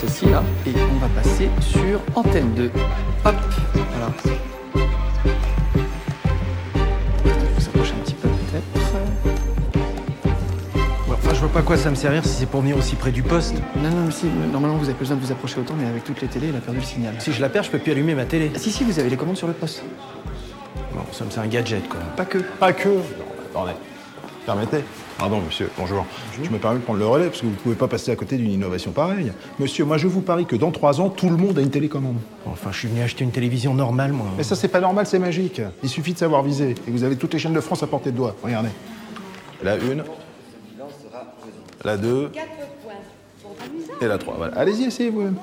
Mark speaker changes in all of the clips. Speaker 1: ceci là et on va passer sur antenne 2. Hop, voilà. Vous approchez un petit peu peut-être.
Speaker 2: Ouais, enfin, je vois pas à quoi ça me servir si c'est pour venir aussi près du poste.
Speaker 1: Non, non, mais si, normalement vous avez pas besoin de vous approcher autant, mais avec toutes les télés, il a perdu le signal.
Speaker 2: Si je la perds, je peux plus allumer ma télé.
Speaker 1: Si, si, vous avez les commandes sur le poste.
Speaker 2: Bon, ça me c'est un gadget, quoi.
Speaker 1: Pas que.
Speaker 3: Pas que. Non, attendez. Permettez. Pardon, monsieur. Bonjour. Je me permets de prendre le relais parce que vous ne pouvez pas passer à côté d'une innovation pareille. Monsieur, moi, je vous parie que dans trois ans, tout le monde a une télécommande.
Speaker 2: Enfin, je suis venu acheter une télévision normale, moi.
Speaker 3: Mais ça, c'est pas normal, c'est magique. Il suffit de savoir viser. Et vous avez toutes les chaînes de France à portée de doigt. Regardez. La une. La deux. Et la trois. Voilà. Allez-y, essayez vous-même.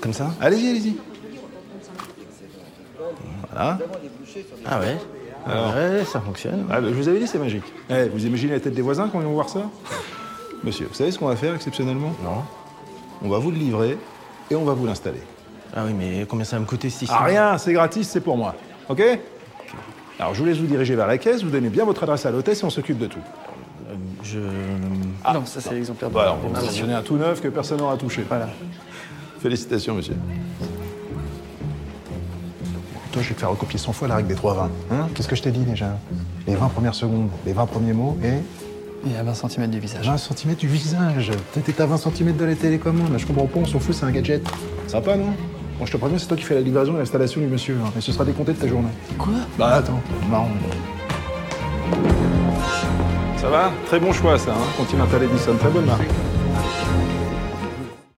Speaker 2: Comme ça
Speaker 3: Allez-y, allez-y. Voilà.
Speaker 2: Ah ouais Ouais, ça fonctionne.
Speaker 3: Ah, bah, je vous avais dit, c'est magique. Eh, vous imaginez la tête des voisins quand ils vont voir ça Monsieur, vous savez ce qu'on va faire exceptionnellement
Speaker 2: Non.
Speaker 3: On va vous le livrer et on va vous l'installer.
Speaker 2: Ah oui, mais combien ça va me coûter si
Speaker 3: Ah rien, c'est gratis, c'est pour moi. Ok Alors je vous laisse vous diriger vers la caisse, vous donnez bien votre adresse à l'hôtesse et on s'occupe de tout.
Speaker 2: Je.
Speaker 1: Ah, non, ça c'est l'exemplaire de Ah,
Speaker 3: Bah, alors, on va vous donner un tout neuf que personne n'aura touché. Voilà. Félicitations, monsieur. Toi, je vais te faire recopier 100 fois la règle des 3 20. Hein Qu'est-ce que je t'ai dit déjà Les 20 premières secondes, les 20 premiers mots et
Speaker 1: Et à 20 cm du visage.
Speaker 3: 20 cm du visage. T'étais à 20 cm de la télécommande. Là, je comprends pas, on s'en fout, c'est un gadget. Sympa, non Bon, je te préviens, c'est toi qui fais la livraison et l'installation du monsieur. hein, et ce sera décompté de ta journée.
Speaker 1: Quoi
Speaker 3: Bah attends, marrant. Ça va Très bon choix ça, hein Continental Edison, très bonne marque.